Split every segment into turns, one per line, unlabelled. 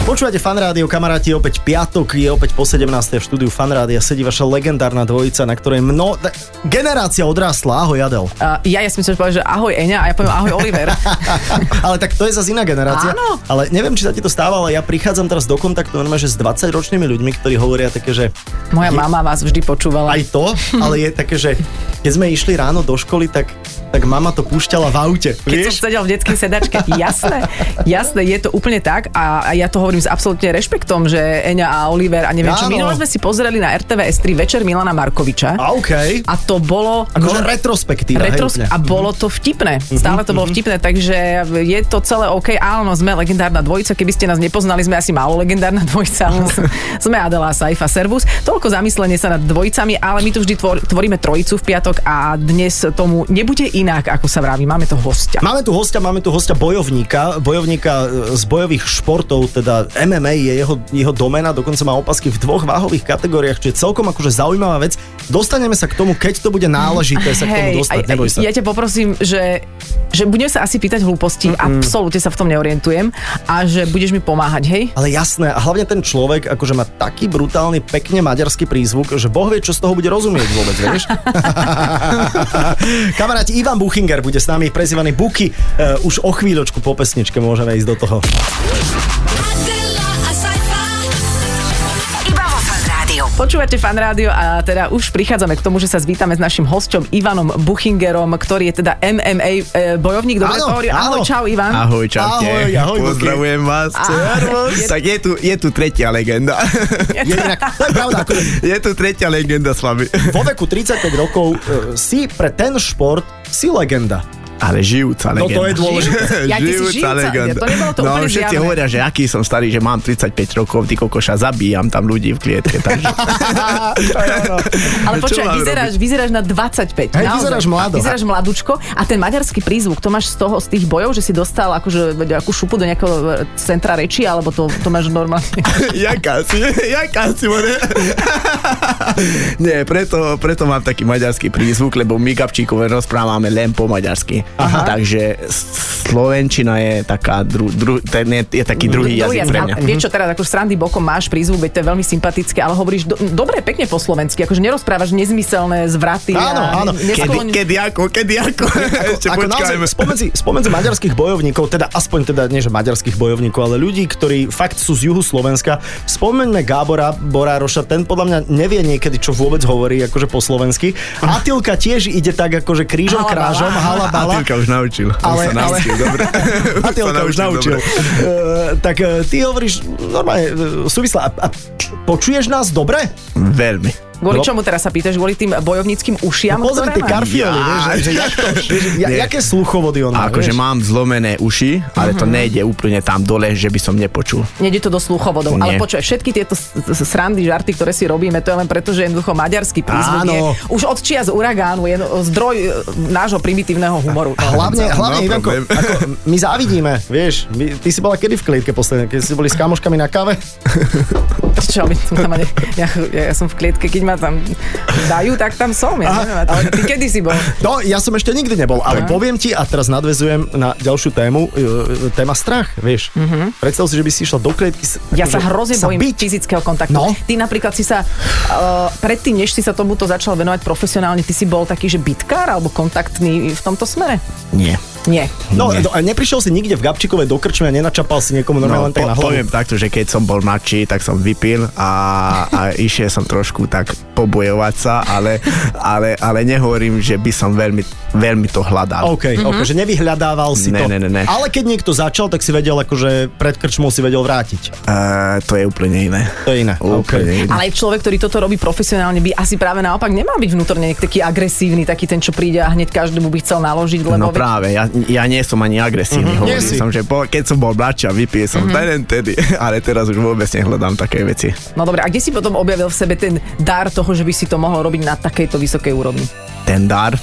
Počúvate fanrádio, kamaráti, je opäť piatok, je opäť po 17. v štúdiu fanrádia sedí vaša legendárna dvojica, na ktorej mno... t- generácia odrástla, ahoj Adel.
Uh, ja, ja som chcel povedať, že ahoj Eňa a ja poviem ahoj Oliver.
ale tak to je zase iná generácia.
Áno.
Ale neviem, či sa ti to stáva, ale ja prichádzam teraz do kontaktu normálne, že s 20 ročnými ľuďmi, ktorí hovoria také, že
Moja
Je-
mama vás vždy počúvala.
aj to, ale je také, že keď sme išli ráno do školy, tak, tak mama to púšťala v aute.
Keď
vieš?
som sedel v detskej sedačke, jasné, jasné, je to úplne tak a, a ja to hovorím s absolútne rešpektom, že Eňa a Oliver a neviem
Áno.
čo. Minule sme si pozreli na RTVS 3 Večer Milana Markoviča
A OK.
a to bolo...
Akože
bolo-
retrospektíva. hej,
Retros-
úplne. Mhm.
a bolo to vtipné. Stále to bolo vtipné, takže je to celé OK. Áno, sme legendárna dvojica. Keby ste nás nepoznali, sme asi málo legendárna dvojica. ale sme- sme Adela a Saifa Servus. Toľko zamyslenie sa nad dvojicami, ale my tu vždy tvor- tvoríme trojicu v piatok a dnes tomu nebude inak, ako sa vraví. Máme to hostia.
Máme tu hostia, máme tu hostia bojovníka, bojovníka e, z bojových športov, teda MMA je jeho, jeho domena, dokonca má opasky v dvoch váhových kategóriách, čo je celkom akože zaujímavá vec. Dostaneme sa k tomu, keď to bude náležité sa k tomu
Hej,
dostať,
aj- aj-
neboj sa.
Ja ťa poprosím, že, že budem sa asi pýtať hlúposti, absolútne sa v tom neorientujem a že budeš mi pomáhať, hej?
Ale jasné, a hlavne ten človek akože má taký brutálny, pekne maďarský prízvuk, že Boh vie, čo z toho bude rozumieť vôbec, vieš? Kamaráti, Ivan Buchinger bude s nami, prezývaný Buky. Uh, už o chvíľočku po pesničke môžeme ísť do toho.
Iba vo fan rádiu.
Počúvate fan rádio a teda už prichádzame k tomu, že sa zvítame s našim hosťom Ivanom Buchingerom, ktorý je teda MMA e, bojovník. Dobre
Áno,
to hovorím. Ahoj,
áno.
čau Ivan.
Ahoj, čaute.
Ahoj, ahoj,
Pozdravujem vás.
Servus.
Tak je tu, je tu tretia legenda.
Je inak, to je pravda, akože
Je tu tretia legenda s vami.
vo veku 35 rokov e, si pre ten šport si legenda.
Ale žijúca
No
legenda.
to je dôležité.
Ja, ty si žijúca,
žijúca legenda.
to nebolo to
no
úplne
všetci
zjavné.
hovoria, že aký som starý, že mám 35 rokov, ty kokoša, zabíjam tam ľudí v klietke. Takže...
Ale
čo
počkaj,
mám
vyzeráš, vyzeráš na 25.
Hej,
naozaj.
vyzeráš mlado.
Vyzeráš mladučko a ten maďarský prízvuk, to máš z toho, z tých bojov, že si dostal akože nejakú šupu do nejakého e, centra reči, alebo to, to máš normálne.
jaká si, jaká si, more. Nie, preto, preto mám taký maďarský prízvuk, lebo my Gabčíkové rozprávame len po maďarsky. Aha. Takže s- Slovenčina je taká dru, dru, ten je, je taký druhý
Mm, Druhý
jazyk pre mňa.
Ale Vieš čo, teraz ako srandy bokom máš prízvuk, veď to je veľmi sympatické, ale hovoríš do, dobre, pekne po slovensky, akože nerozprávaš nezmyselné zvraty.
Áno,
a
áno.
Kedy,
Neskloň...
kedy ako, kedy ako. Ešte
Ako naozaj,
počkajme.
spomedzi, spomedzi maďarských bojovníkov, teda aspoň teda nie že maďarských bojovníkov, ale ľudí, ktorí fakt sú z juhu Slovenska, spomeňme Gábora Borároša, ten podľa mňa nevie niekedy, čo vôbec hovorí, akože po slovensky. Atilka tiež ide tak akože krížom
Halabala.
krážom, halabala.
Atilka už naučil.
Ale-
Ale, sa naučil,
ale-
dobre.
Atilka
Sa
už naučil.
dobre.
Uh, tak uh, ty hovoríš normálne uh, súvisle. A, a počuješ nás dobre?
Veľmi.
Kvôli
No.
čomu teraz sa pýtaš? Kvôli tým bojovníckým ušiam?
Pozri
ktoré
tie
máš?
karfioli,
Jaj.
vieš, že, že jak to, vieš, ja,
Nie.
jaké sluchovody on má,
Akože
vieš?
mám zlomené uši, ale to nejde úplne tam dole, že by som nepočul.
Nejde to do sluchovodov. Nie. Ale
Nie.
počuj, všetky tieto s- s- srandy, žarty, ktoré si robíme, to je len preto, že jednoducho maďarský prízvuk
Áno.
je už od čias uragánu, je no- zdroj e, nášho primitívneho humoru.
Hlavne,
No,
hlavne
no
Ivanko,
problém.
ako, my závidíme, vieš, my, ty si bola kedy v klietke posledne, keď ste boli s kamoškami na kave?
Čo, my tu tam, ne- ja, ja, ja, som v klietke, keď ma tam dajú, tak tam som. Ja
Aha.
neviem, a ty- ty kedy si bol?
No, ja som ešte nikdy nebol, ale poviem ti a teraz nadvezujem na ďalšiu tému, e, e, téma strach, vieš. Predstav si, že by si išla do klietky. s-
Mhm. Ja sa
akože
hrozne
sa
bojím
byť.
fyzického kontaktu.
No.
Ty napríklad si sa, uh, predtým, než si sa tomuto začal venovať profesionálne, ty si bol taký, že bitkár alebo kontaktný v tomto smere?
Nie.
Nie.
No,
Nie.
no, a neprišiel si nikde v Gabčíkovej do krčmy a nenačapal si niekomu normálne len tak
No, po,
na hlavu.
poviem takto, že keď som bol mladší, tak som vypil a, a išiel som trošku tak pobojovať sa, ale, ale, ale nehovorím, že by som veľmi, veľmi to hľadal. Eh,
OK,
Mhm.
mm-hmm. OK, že nevyhľadával si to.
Ne, ne, ne, ne.
Ale keď niekto začal, tak si vedel, akože pred krčmou si vedel vrátiť.
Uh, to je úplne iné.
To je iné. OK.
Úplne iné.
Ale človek, ktorý toto robí profesionálne, by asi práve naopak nemal byť vnútorne taký agresívny, taký ten, čo príde a hneď každému by chcel naložiť, lebo...
no práve, ja, ja nie som ani agresívny.
Mhm.
Mm-hmm.
Nie si.
Hovoril som, že po, keď som bol mladší a vypil som mm-hmm. ten tedy, ale teraz už vôbec nehľadám také veci.
no dobre, a kde si potom objavil v sebe ten dar toho, že by si to mohol robiť na takejto vysokej úrovni?
ten dar,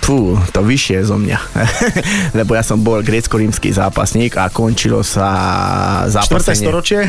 fú, to vyššie je zo mňa. Lebo ja som bol grécko-rímsky zápasník a končilo sa
Štvrté
zápasenie.
storočie?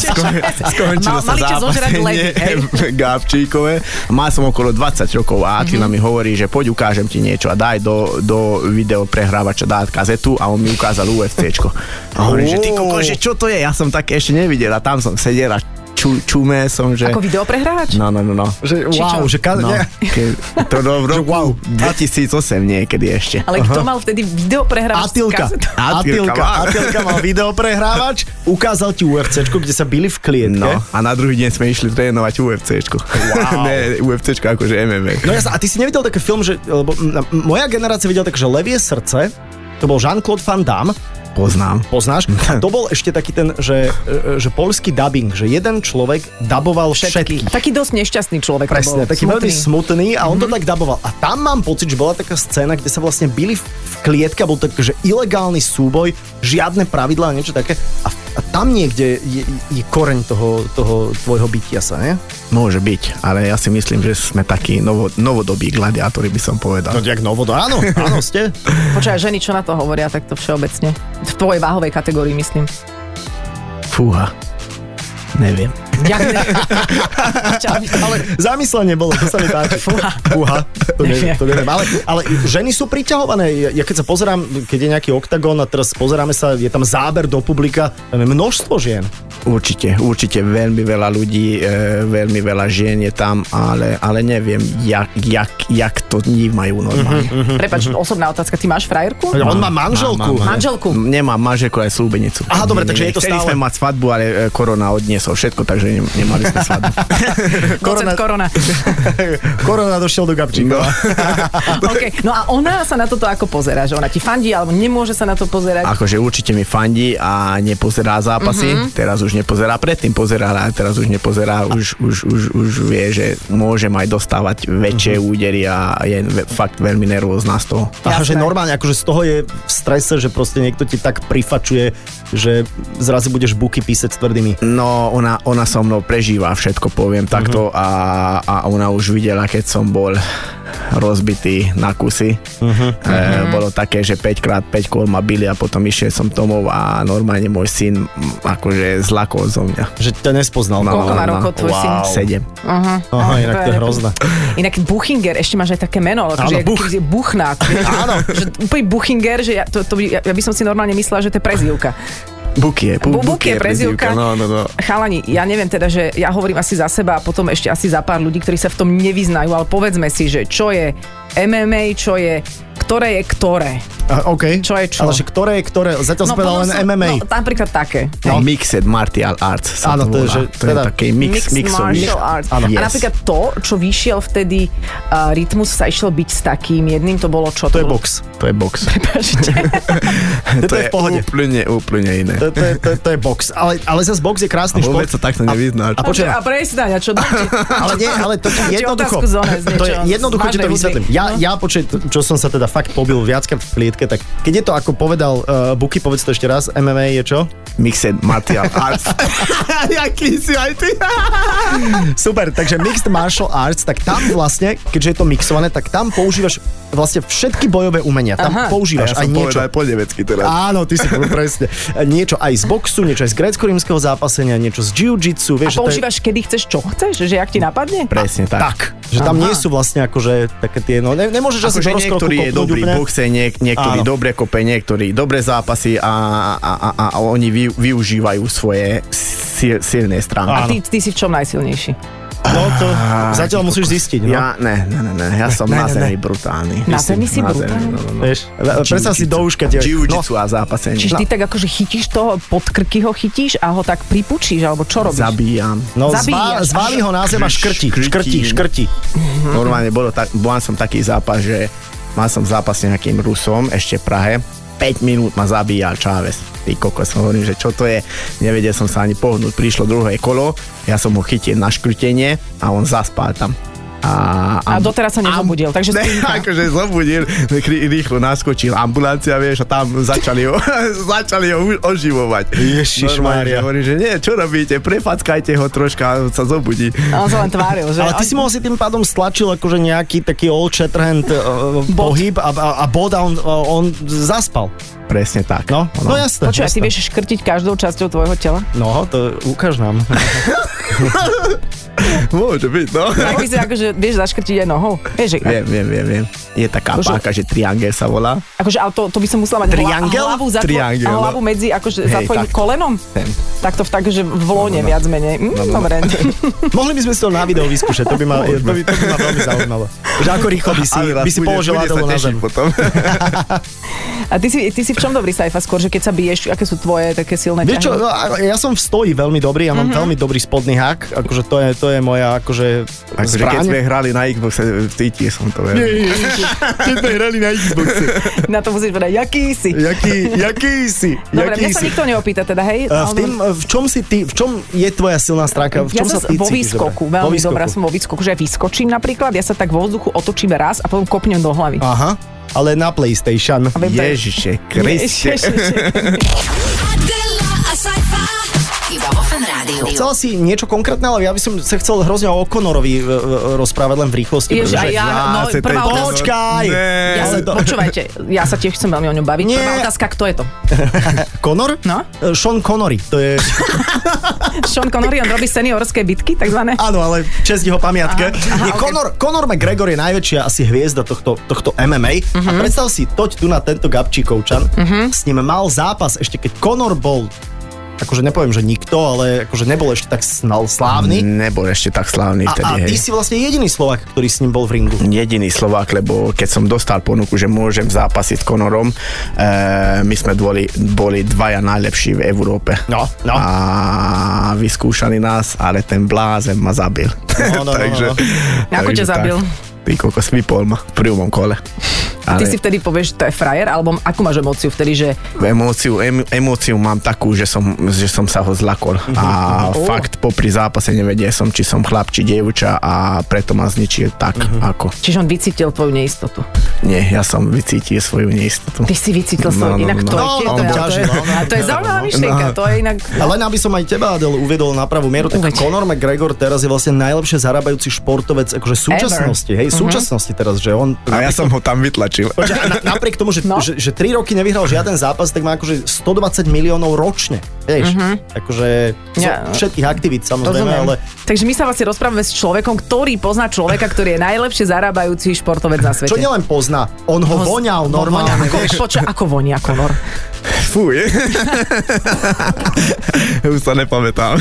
Skon- skončilo
Mal-
sa
mali čo zožrať ledy,
zápasenie
hej?
v Gabčíkove. Má som okolo 20 rokov a Atila mi hovorí, že poď ukážem ti niečo a daj do, do video prehrávača dať kazetu a on mi ukázal UFCčko. A hovorím, že ty koko, že čo to je? Ja som tak ešte nevidel a tam som sedel a ču, čumé som, že...
Ako videoprehrávač?
No, no, no, no.
Že,
Či
wow,
čo?
že ka-
No,
ne-
ke, to do roku wow. 2008 niekedy ešte.
Ale kto mal vtedy videoprehrávač? s
Atilka.
kazetou?
Atilka.
Atilka má.
Atilka mal videoprehrávač, ukázal ti UFCčko, kde sa bili v klietke.
No, a na druhý deň sme išli trénovať UFCčko. Wow. ne, UFCčko akože MMA.
No jasne, a ty si nevidel taký film, že, lebo m- m- moja generácia videla tak, že Levie srdce, to bol Jean-Claude Van Damme,
Poznám.
poznáš? A to bol ešte taký ten, že, e, že polský dubbing, že jeden človek daboval všetky.
Všetky. Taký dosť nešťastný človek. to
Presne,
bol,
taký
smutný.
veľmi smutný a on to tak daboval. A tam mám pocit, že bola taká scéna, kde sa vlastne byli v v klietke, a bol to taký, že ilegálny súboj, žiadne pravidlá, niečo také. A, a tam niekde je, je koreň toho, toho tvojho bytia sa, ne?
Môže byť, ale ja si myslím, že sme takí novo, novodobí gladiátori, by som povedal.
No, jak novodo, áno, áno ste.
Počúvaj, ženy čo na to hovoria takto všeobecne? V tvojej váhovej kategórii, myslím.
Fúha. Neviem.
Ďakujem. Čau.
Ale zamyslenie bolo, to sa mi páči. Fúha. Fúha. To neviem, to neviem. Ale, ale ženy sú priťahované. Ja, ja keď sa pozerám, keď je nejaký oktagón a teraz pozeráme sa, je tam záber do publika, tam je množstvo žien.
Určite, určite veľmi veľa ľudí, e, veľmi veľa žien je tam, ale, ale neviem, jak, jak, jak to vnímajú normálne. Mm-hmm.
Mhm,
Prepač, osobná otázka. Ty máš frajerku?
On má manželku.
mám. Manželku.
Nemám manželku, aj slúbenicu.
Aha, dobre, takže je to
Chceli
stále-
sme mať svadbu, ale e, korona odniesol všetko, takže ne- nemali sme svadbu.
Korona. korona.
Korona došiel do Gabčíka.
No.
OK. No a ona sa na toto ako pozera? Že ona ti fandí alebo nemôže sa na to pozerať?
Akože určite mi fandí a nepozerá zápasy,
Mhm.
mm-hmm. teraz už nepozerá, predtým pozerala, teraz už nepozerá, už, už, už, už vie, že môžem aj dostávať väčšie
Mhm.
mm-hmm. údery a je ve- fakt veľmi nervózna z toho.
Aha, že
Jasné.
normálne, akože z toho je v strese, že proste niekto ti tak prifačuje, že zrazu budeš buky písať s tvrdými.
No, ona, ona so mnou prežíva všetko, poviem
Mhm.
takto a, a ona už videla, keď som bol rozbitý na kusy.
Mhm.
Uh-huh. E, bolo také, že 5x5 kol ma bili a potom išiel som domov a normálne môj syn m, akože zlakol zo mňa.
Že ťa nespoznal.
No,
Koľko má
no,
rokov tvoj syn?
Sedem.
Aha.
Aha,
Ale
inak to je
ako-
hrozné.
Inak Buchinger, ešte máš aj také meno,
Áno,
akože
Buch.
Buch. je Buchná. Áno. Že úplne Buchinger, že ja, to, to, by- ja, ja by som si normálne myslela, že to je prezývka.
Bukie,
Bu- Bukie, prezývka.
No, no, no.
Chalani, ja neviem teda, že ja hovorím asi za seba a potom ešte asi za pár ľudí, ktorí sa v tom nevyznajú, ale povedzme si, že čo je MMA, čo je ktoré je ktoré.
A, OK.
Čo je čo?
Ale že ktoré je ktoré? Zatiaľ no, som povedal
potom
len
som-
MMA.
No, napríklad také.
No. Mixed Martial Arts. sa
Áno, to je,
volá.
že
to je
teda
taký mix,
Mixed
mixový.
martial arts.
Áno.
A
Yes.
napríklad to, čo vyšiel vtedy uh, rytmus, sa išiel byť s takým jedným, to bolo čo?
To je box.
To je box.
Prepáčte.
To je v pohode.
úplne, úplne iné.
To, to, je, to, je- to je box. Ale, ale zase box je krásny šport.
Vôbec sa takto nevyznáš.
a po- Počúvaj.
A prestaň, a čo
Ale nie, ale to ti
Ti
jednoducho,
otázku zones,
to je,
niečo z
jednoducho ti to
vážnej
vysvetlím.
hudby.
Ja,
No.
ja počuť, čo som sa teda fakt pobil viackrát v klietke, tak keď je to ako povedal uh, Buky, povedz to ešte raz, MMA je čo?
Mixed Martial Arts. Jaký si aj ty?
Super, takže Mixed Martial Arts, tak tam vlastne, keďže je to mixované, tak tam používaš vlastne všetky bojové umenia. Tam
Aha.
používaš aj niečo.
po nemecky teraz.
Áno, ty si presne. Niečo aj z boxu, niečo aj z grécko-rímskeho zápasenia, niečo z jiu-jitsu.
A
Vieš, že to je-
používaš, kedy chceš, čo chceš? Že ak ti napadne?
Presne tak.
Tak, že tam
Aha.
nie sú vlastne akože také tie, no ne, nemôžeš asi
Akože
do rozkroku
niektorý je
kopnúť
dobrý v
úplne.
boxe, niek- niektorí
Áno.
dobre kope, niektorí dobre zápasy a, a, a, a, a oni vy, využívajú svoje sil,
Áno.
silné stránky.
A ty, ty si v čom najsilnejší?
No to
Á,
zatiaľ
ty
musíš
kokos.
zistiť, no.
Ah, Ja, ne, ne, ne, ne, ja som
Ne, ne,
na zemi brutálny.
Na zemi
Myslím,
si
na
brutálny?
no, no, no.
Vieš, le- predstav si
Jiu-jitsu.
do uška tie... No,
Jiu-jitsu a zápasenie.
Čiže
No.
ty tak akože chytíš toho, pod krky ho chytíš a ho tak pripučíš, alebo čo robíš?
Zabíjam.
no zvá,
zabíjaš.
zváli ho na zem a škrti, škrti, škrti. Mhm.
Normálne bolo tak, mal som taký zápas, že mal som zápas s nejakým Rusom, ešte v Prahe, 5 minút ma zabíjal Čávez. Ty kokos, hovorím, že čo to je, nevedel som sa ani pohnúť. Prišlo druhé kolo, ja som ho chytil na škrtenie a on zaspal tam. A,
A doteraz sa nezobudil, takže
ne,
spinka.
akože zobudil, kri- rýchlo naskočil, ambulancia, vieš, a tam začali ho, začali ho už oživovať.
Ježišmária.
Normálne, Hovorí, že nie, čo robíte, prefackajte ho troška, a sa zobudí.
A on sa len tváril, že...
Ale ty si mu asi tým pádom stlačil akože nejaký taký old shatterhand uh, pohyb a, a, a bod a on, eh, on zaspal.
Presne tak.
No, no, no jasné.
Počúvaj, ty
jasné.
vieš škrtiť každou časťou tvojho tela?
No, to ukáž nám.
Môže byť, no.
Tak by si akože, vieš, zaškrtiť aj nohou? Vieš, že,
Viem, viem, viem, viem. Je taká
Bože.
páka, že triangel sa volá.
akože, ale to, to by som musela mať hla-
Triangel?
hlavu, za tvo-
Triangel, no.
hlavu medzi, akože za
Hej,
tvojim
tak.
kolenom.
Ten.
Takto v, takže v lone viac menej. Mm,
no, no.
Dobre.
Mohli by sme si to na video vyskúšať, to by ma, to by, to by ma veľmi zaujímalo. Že ako rýchlo by si, by si položil Adelu na zem.
potom.
A ty si, ty si v čom dobrý sajfa skôr, že keď sa biješ, aké sú tvoje také silné
Vieš čo,
ťahy?
no, a- ja som v stoji veľmi dobrý, ja mám
Mhm.
veľmi dobrý spodný hak, akože to je, to je moja akože
Takže keď sme
zbraň.
hrali na Xboxe, tytie som to vedel.
Keď sme hrali na Xboxe.
Na to musíš povedať, jaký si.
Jaký, jaký si?
Dobre,
jaký
mňa sa
si?
nikto neopýta teda, hej?
Uh, v,
Alebo-
tým, uh, v čom si ty, v čom je tvoja silná stránka? V
Ja
čom
sa
sa ty
vo
cítiš
výskoku,
dobre? Vo
veľmi
výskoku.
dobrá som vo výskoku, že ja vyskočím napríklad, ja sa tak vo vzduchu otočím raz a potom kopnem do hlavy.
Aha, ale na PlayStation.
viem, to je-
Ježiše Kriste.
Adela a Saifa. Iba vo Fan Rádiu.
Chcela si niečo konkrétne, ale ja by som sa chcel hrozne o O'Connorovi e, e, rozprávať len v rýchlosti. pretože-
Ježiš, aj ja, no,
Zase
prvá
tento-
otázka.
Počkaj!
Ne.
Ja sa,
Ale to-
počúvajte, ja sa tiež chcem veľmi o ňom baviť.
Nie.
Prvá otázka, kto je to?
Connor?
No.
E, Sean Connery, to je...
Sean Connery, on robí seniorské bitky, takzvané.
Áno, ale čest jeho pamiatke.
Aha, aha,
Nie,
ok.
Conor, Conor McGregor je najväčšia asi hviezda tohto, tohto MMA. A
Mhm.
predstav si, toť tu na tento Gabčíkovčan s ním mal zápas, ešte keď Conor bol akože nepoviem, že nikto, ale akože nebol ešte tak snal, slávny.
Nebol ešte tak slávny
A,
vtedy,
a ty
hej.
si vlastne jediný Slovak, ktorý s ním bol v ringu.
jediný Slovák, lebo keď som dostal ponuku, že môžem zápasiť s Konorom, e, my sme boli, boli dvaja najlepší v Európe.
No, no.
A vyskúšali nás, ale ten blázen ma zabil.
No, no, no, no,
Ako ťa zabil?
Tak, ty kokos vypol ma v prvom kole.
A ty si vtedy povieš, to je frajer, alebo akú máš emóciu vtedy, že
Emóciu, em, emóciu mám takú, že som, že som sa ho zlakol. A
Mhm.
fakt, popri zápase nevedel som, či som chlap, či dievča a preto ma zničil tak,
Mhm.
ako.
čiže on vycítil tvoju neistotu.
Nie, ja som vycítil svoju neistotu.
Ty si vycítil
No,
svoju,
no,
inak
no,
to je tiež,
no, on
to je-
bol
to je-
ťažší, no, no.
a to je zaujímavá myšlienka, to je inak...
Ale len aby som aj teba, Adel, uvedol na pravú mieru, tak
Uveď.
Conor McGregor teraz je vlastne najlepšie zarábajúci športovec akože súčasnosti, hej,
Mhm.
súčasnosti teraz, že on...
A ja som ho tam vytlačil.
Počkaj, a na, napriek tomu, že, no?
No.
že, že 3 roky nevyhral žiaden zápas, tak má akože 120 miliónov ročne. Vieš, akože zo
Mhm. Ja-
všetkých aktivít samozrejme,
Rozumiem.
ale
Takže my sa vlastne rozprávame s človekom, ktorý pozná človeka, ktorý je najlepšie zarábajúci športovec na svete.
čo nielen pozná, on ho voňal normálne.
Voňal, ako, počuť, ako vonia Conor.
Fuj. Už sa nepamätám.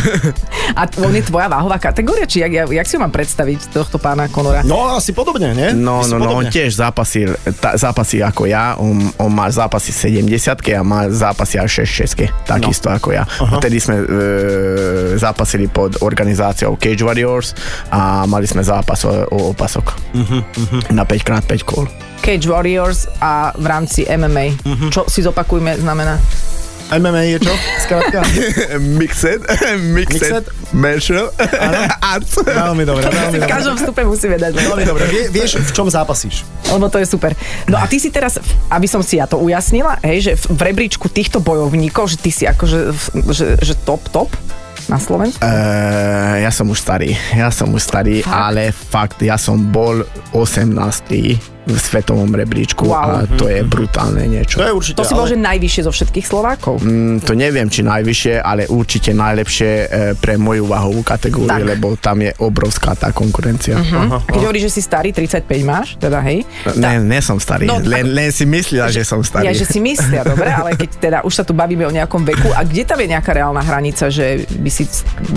A t- on je tvoja váhová kategória? Či jak, jak, jak si ho mám predstaviť, tohto pána Conora?
No asi podobne, nie?
No,
Asi
no, no, on
podobne.
tiež zápasil, tá, zápasí ako ja, on, on má zápasy 70 a má zápasy aj 66 takisto ako ja. A Vtedy sme e, zápasili pod organizáciou Cage Warriors a mali sme zápas o, o opasok na 5x5 kol.
Cage Warriors a v rámci MMA.
Mhm.
Čo si zopakujme, znamená?
MMA je čo? Skrátka.
Mixed,
Mixed?
martial arts.
veľmi dobre, veľmi
Si v
dobre.
každom vstupe musíme dať.
Veľmi dobre. Vie, vieš, v čom zápasíš?
Lebo to je super. No a ty si teraz, aby som si ja to ujasnila, hej, že v- v rebríčku týchto bojovníkov, že ty si akože v- že, že top, top na Slovensku.
Eh, ja som už starý, ja som už starý, fakt? ale fakt, ja som bol 18 v svetovom rebríčku
Wow.
a to je brutálne niečo.
To je určite,
To si bol, že
ale...
najvyššie zo všetkých Slovákov.
Mm, to neviem, či najvyššie, ale určite najlepšie eh, pre moju váhovú kategóriu,
Tak. Mhm.
lebo tam je obrovská tá konkurencia. Uh-huh.
A keď hovoríš, že si starý, 35 máš, teda hej.
Ne, ne som starý,
No,
no, len, len si myslila, že, že som
Ja,
starý.
že si myslia, dobre, ale keď teda už sa tu bavíme o nejakom veku, a kde tam je nejaká reálna hranica, že by si,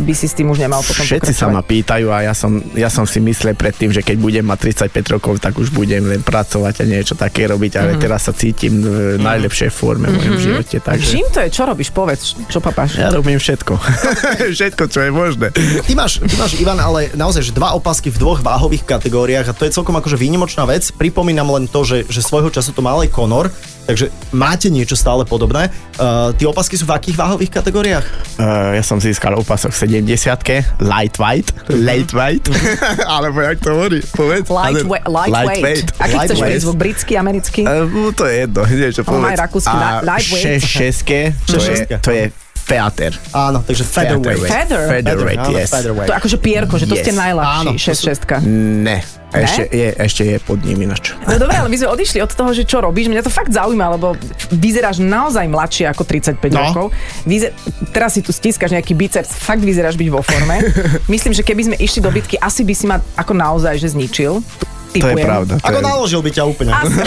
by si s tým už nemal potom
Všetci sa ma
pokračovať?
pýtajú a ja som, ja som si myslel predtým, že keď budem mať 35 rokov, tak už budem len pracovať a niečo také
Mhm.
robiť, ale teraz sa cítim v najlepšej forme v mojom živote. Takže
Čím to je? Čo robíš? Povedz, čo papáš?
ja robím všetko. všetko, čo je možné.
Ty máš, ty máš, Ivan, ale naozaj, že dva opasky v dvoch váhových kategóriách a to je celkom akože výnimočná vec. Pripomínam len to, že, že svojho času to mal aj Conor Takže máte niečo stále podobné. Uh, tie opasky sú v akých váhových kategóriách?
Uh, ja som získal opasok v 70 lightweight,
Mhm.
lightweight, alebo jak to hovorí, povedz.
Lightweight. lightweight. Aký chceš
Lightweight.
prízvuk? Britský, americký?
Eh, no, to je jedno, niečo
On má
povedz.
aj rakúsky li- lightweight.
še- šeske, to je,
Šeske.
to je feater.
Áno, takže featherweight.
Feather?
Featherweight,
áno,
yes.
To
featherweight.
je akože pierko, že to ste
Yes.
najľahší,
Áno, to
6-6.
Ne, ešte je, ešte je pod ním ináč.
No dobre, ale my sme odišli od toho, že čo robíš. Mňa to fakt zaujíma, lebo vyzeráš naozaj mladšie ako 35
No.
rokov. Vyzer- teraz si tu stískaš nejaký biceps, fakt vyzeráš byť vo forme. Myslím, že keby sme išli do bitky, asi by si ma ako naozaj že zničil.
To je
Typujem.
pravda. To
Ako
je
naložil by ťa úplne.
Asi,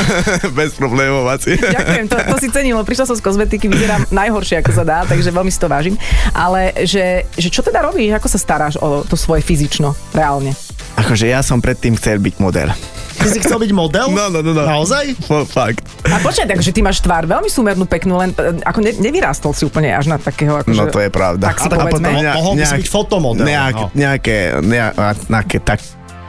bez problémov asi.
Ďakujem, to, to si cenilo. Prišla som z kozmetiky, vyzerám najhoršie, ako sa dá, takže veľmi si to vážim. Ale že, že čo teda robíš, ako sa staráš o to svoje fyzično, reálne?
Akože ja som predtým chcel byť model.
Ty si chcel byť model?
No, no, no, no.
Naozaj?
F- fakt.
A počkaj, takže ty máš tvár veľmi súmernú, peknú, len e, ako ne, nevyrástol si úplne až na takého... Akože,
No to je pravda.
Tak si povedzme.
Mo- mohol by si byť fotomodel,
Nejak,
no.
Nejaké, nejak, nejaké tak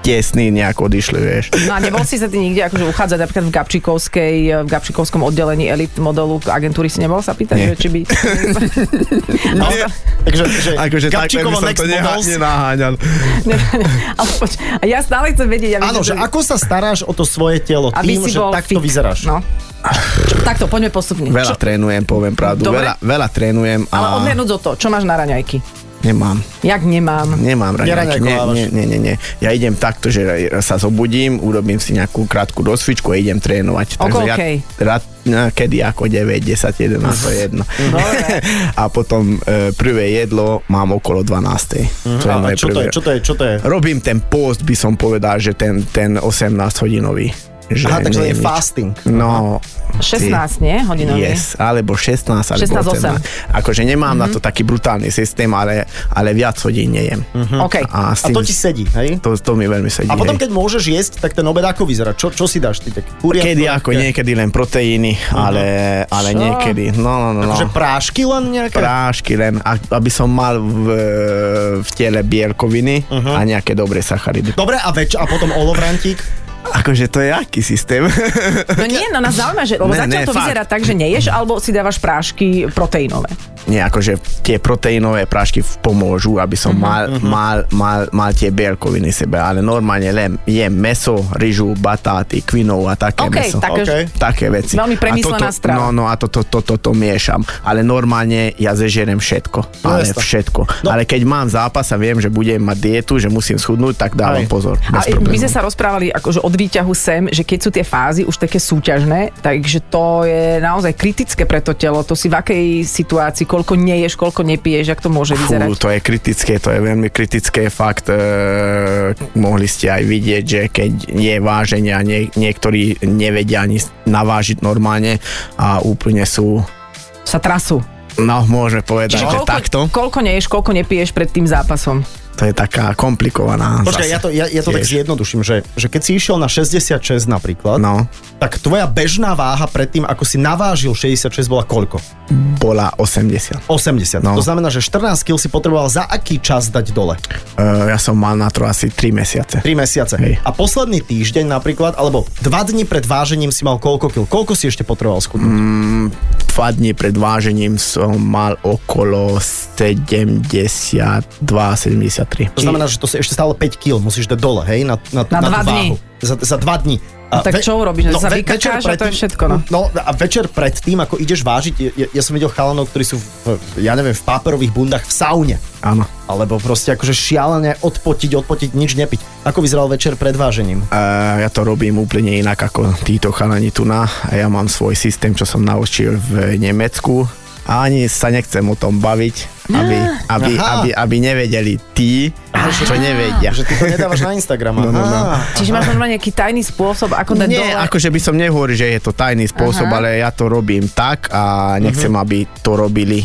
tesný nejak odišli, vieš.
No a nebol si sa ty nikde akože uchádzať napríklad v Gabčikovskej, e, v Gabčikovskom oddelení Elite modelu agentúry si nebol sa pýtať,
Nie.
že či by...
No, takže, že
Akože takhle by
Gabčíkovo
som
next
to neha-
models.
nenaháňal.
Ne, ne, ale poč- a ja stále chcem vedieť, aby...
Áno, že ako sa staráš o to svoje telo
aby
tým,
si
že
bol
takto
fit.
vyzeráš?
No. Čo, takto, poďme postupne.
Veľa
Čo,
trénujem, poviem pravdu.
Dobre.
Veľa, veľa trénujem a
ale odhľadnúť do toho, čo máš na raňajky?
nemám.
Jak nemám?
Nemám raňajky. Nie,
Neraňajkovávaš.
nie, nie, nie, nie. Ja idem takto, že sa zobudím, urobím si nejakú krátku rozcvičku a idem trénovať.
Oko
ja,
okej.
rád, no, kedy ako 9, 10, 11, to je jedno.
No,
Dobre.
a potom e, prvé jedlo mám okolo 12.
Mhm, ale čo to je, čo to je, čo to je?
Robím ten post, by som povedal, že ten, ten 18 hodinový. Že
Aha, takže to je
neviem nič.
fasting.
No,
16, nie? Hodinový.
Yes, alebo 16, alebo
16,
18. Akože nemám mm-hmm. na to
Mhm.
taký brutálny systém, ale, ale viac hodín nejem.
Mhm.
Mm-hmm.
Hm. OK.
A,
A
s tým,
to ti sedí, hej?
to, to mi veľmi sedí.
A potom,
hej.
keď môžeš jesť, tak ten obed ako vyzerá? Čo, čo si dáš ty? Tak kuriatko,
Kedy ako,
také-
niekedy len proteíny, ale, ale
Čo?
niekedy. No, no,
Mhm.
no. no.
Akože prášky len nejaké?
prášky len, a- aby som mal v, v tele
Mhm.
bielkoviny uh-huh. a nejaké dobré sacharidy.
Dobre, a, več- a potom olovrantík?
Akože to je aký systém?
No nie, no nás zaujíma, že, lebo
Ne,
zatiaľ
ne,
to
fakt.
vyzerá tak, že neješ, alebo si dávaš prášky proteínové.
Nie, akože tie proteínové prášky v- pomôžu, aby som
Mhm,
mal, mal, mal, mal tie bielkoviny sebe, ale normálne len jem meso, ryžu, batáty, kvinou a také
OK,
meso.
také,
OK.
okay.
Také veci.
Veľmi premyslená
a toto,
strava.
No, no a toto to, to, to, to miešam. Ale normálne ja zežerem všetko.
No,
ale
jasné.
všetko.
No.
Ale keď mám zápas a viem, že budem mať dietu, že musím schudnúť, tak dávam
Aj.
pozor.
A my sme
Bez problémov.
sa rozprávali akože od výťahu sem, že keď sú tie fázy už také súťažné, takže to je naozaj kritické pre to telo. To si v akej situácii, koľko neješ, koľko nepiješ, ak to môže vyzerať.
Fú, to je kritické, to je veľmi kritické fakt. E, mohli ste aj vidieť, že keď je váženie a nie, niektorí nevedia ani navážiť normálne a úplne sú,
Sa trasu.
no môžeme povedať,
Čiže
že
koľko,
takto.
koľko neješ, koľko nepiješ pred tým zápasom.
To je taká komplikovaná.
Počkaj,
zase.
ja to, ja, ja to tak
Tiež.
zjednoduším, že, že keď si išiel na 66 napríklad,
No,
tak tvoja bežná váha predtým, ako si navážil 66, bola koľko?
bola 80.
80. No.
No.
To znamená, že 14 kg si potreboval za aký čas dať dole?
E, ja som mal na to asi 3 mesiace.
3 mesiace.
Hej.
A posledný týždeň napríklad, alebo 2 dní pred vážením si mal koľko kil? Koľko si ešte potreboval schudnúť?
2 dní pred vážením som mal okolo 72-73.
To znamená, že to si ešte stále 5 kg musíš dať dole, hej? Na, na,
Na dva
tú
dní.
váhu. Za, za 2 dní. A
tak čo urobíš? Sa vykakáš a to je všetko, no.
no. a večer pred tým, ako ideš vážiť, ja, ja som videl chalanov, ktorí sú, v, ja neviem, v páperových bundách v saune.
Áno.
Alebo proste akože šialené odpotiť, odpotiť, nič nepiť. Ako vyzeral večer pred vážením?
Uh, ja to robím úplne inak ako títo chalani tu na. Ja mám svoj systém, čo som naučil v Nemecku a ani sa nechcem o tom baviť, aby, aby,
Aha.
aby, aby nevedeli tí, čo nevedia.
Že ty to nedávaš na Instagram.
No, no, no.
aha.
Čiže máš normálne nejaký tajný spôsob, ako dať dole.
Nie, akože by som nehovoril, že je to tajný spôsob,
Aha.
ale ja to robím tak a nechcem, aby to robili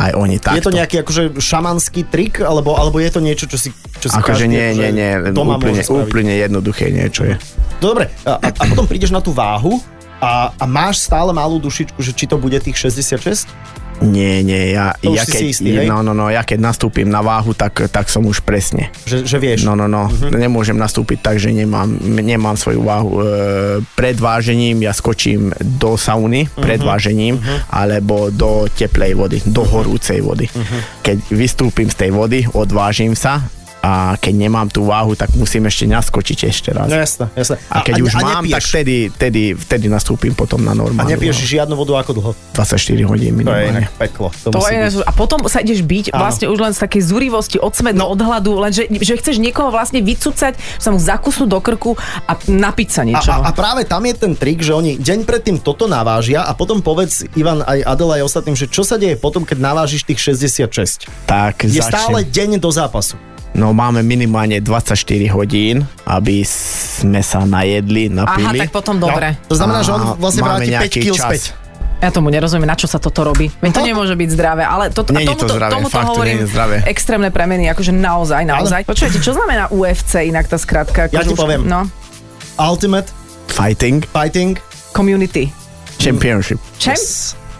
aj oni takto.
Mhm. Je to nejaký akože šamanský trik, alebo, alebo je to niečo, čo si, čo si
Akože
každý
nie,
akože
nie, nie,
doma
úplne,
môže spraviť?
úplne jednoduché niečo je.
No Dobre, a, a a potom prídeš na tú váhu a, a máš stále malú dušičku, že či to bude tých 66?
Nie, nie, ja,
To už
ja,
si
keď,
si istý, hej?
no, no, no, ja keď nastúpim na váhu, tak, tak som už presne.
Že, že vieš. Mhm.
No, no, no, uh-huh. nemôžem nastúpiť tak, že nemám, nemám svoju váhu. E, pred vážením ja skočím do sauny, pred
Mhm.
vážením, uh-huh. alebo do teplej vody, do horúcej vody.
Mhm.
Uh-huh. Keď vystúpim z tej vody, odvážim sa a keď nemám tú váhu, tak musím ešte naskočiť ešte raz.
No jasné, jasné.
A keď už mám,
nepiješ,
tak vtedy, vtedy, vtedy nastúpim potom na
A
normálnu.
nepiješ
váhu.
žiadnu vodu ako dlho?
24
To je
hodín
inak
minimálne.
peklo. To,
To
musí
je,
byť.
a potom sa ideš
Áno.
byť Áno. vlastne už len z takej zúrivosti, od no. od hladu, lenže že chceš niekoho vlastne vycúcať, sa mu zakusnúť do krku a napiť
A,
sa niečoho.
a, a práve tam je ten trik, že oni deň predtým toto navážia a potom povedz Ivan aj Adela aj ostatným, že čo sa deje potom, keď navážiš tých 66.
Tak
Je
začnem.
stále deň do zápasu.
No máme minimálne 24 hodín, aby sme sa najedli,
Aha,
napili.
tak potom dobre.
To No, znamená, že on
A
vlastne
máme
vráti 5
nejaký
kg
čas.
späť.
Ja tomu nerozumiem, na čo sa toto robí. Veď to nemôže byť zdravé, ale to, a
Není to
tomuto,
zdravé,
tomuto
fakt to
hovorím
není zdravé.
extrémne premeny, akože naozaj, naozaj. Počujete, čo znamená UFC, inak tá skratka?
Ja
akože
ti
už-
poviem.
No,
Ultimate
Fighting
Fighting
community.
Championship.
Čem?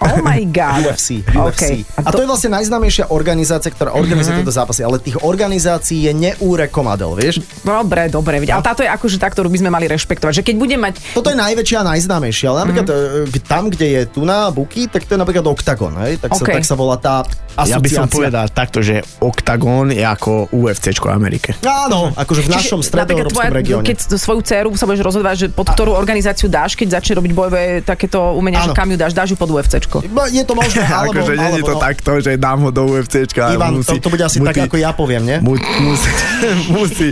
Oh my god.
UFC.
OK. Mhm.
UFC. A to je vlastne najznámejšia organizácia, ktorá organizuje tieto zápasy, ale tých organizácií je neúrekom Adel, vieš?
Dobre, dobre. veď- Ale táto je akože tá, ktorú by sme mali rešpektovať. Že keď budem mať
Toto je najväčšia a najznámejšia, ale napríklad
Mhm.
mm-hmm. tam, kde je Tuna, Buky, tak to je napríklad Octagon, hej? Tak, sa,
OK.
tak sa volá tá asociácia.
Ja by som povedal takto, že Octagon je ako UFC v Amerike.
Áno, akože v
Čiže
našom
eh, napríklad
stredoeurópskom
tvoja-
regióne.
Keď svoju dceru sa budeš rozhodovať, že pod ktorú organizáciu dáš, keď začne robiť bojové takéto umenia,
Áno.
že kam ju dáš, dáš ju pod UFCčko.
No, Je to možné, alebo...
akože nie je
alebo
to
no.
takto, že dám ho do UFC.
Ivan, to, to bude asi tak, ako ja poviem, nie?
Mu, musí, musí,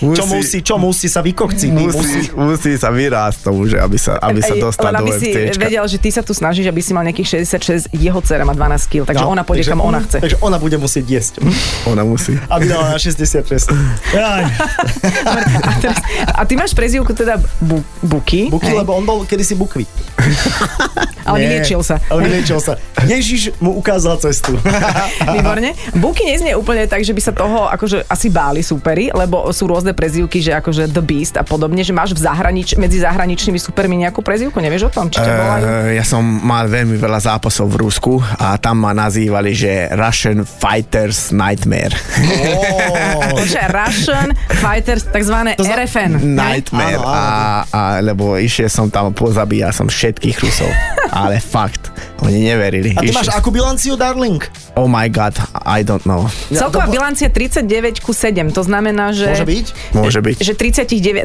musí,
Čo musí, čo musí sa vykokciť.
musí, musí sa vyrásť tomu, že aby sa, aby sa
Ej,
dostal
len aby
do
si
UFC.
vedel, že ty sa tu snažíš, aby si mal nejakých 66, jeho dcera má 12 kg, takže ona
No.
pôjde,
takže-
kam ona chce.
Takže ona bude musieť jesť.
Ona musí.
Aby dala na 66. Jaj.
A, teraz, a ty máš prezivku teda bu, Buky,
Buky,
hej?
lebo on bol kedysi bukvy.
ale vyliečil sa.
Ale vyliečil sa. Ježiš mu ukázal cestu.
Výborne. Buky neznie úplne tak, že by sa toho akože asi báli súperi, lebo sú rôzne prezivky, že akože The Beast a podobne, že máš v zahranič- medzi zahraničnými supermi nejakú prezivku, nevieš o tom, či ťa volajú?
Eh, ja som mal veľmi veľa zápasov v Rusku a tam ma nazývali, že Russian Fighters Nightmare.
Ó.
Počkaj, Russian Fighters, takzvané
zna- Mm,
RFN.
Nightmare.
Áno,
A,
áno.
a, lebo išiel som tam, pozabíjal som všetkých Rusov. Ale fakt, oni neverili.
A ty máš
Išiel-
akú bilanciu, darling?
Oh my god, I don't know.
Ja, dopo-
Celková bilancia 39 ku 7, to znamená, že...
Môže byť?
Môže byť.
Že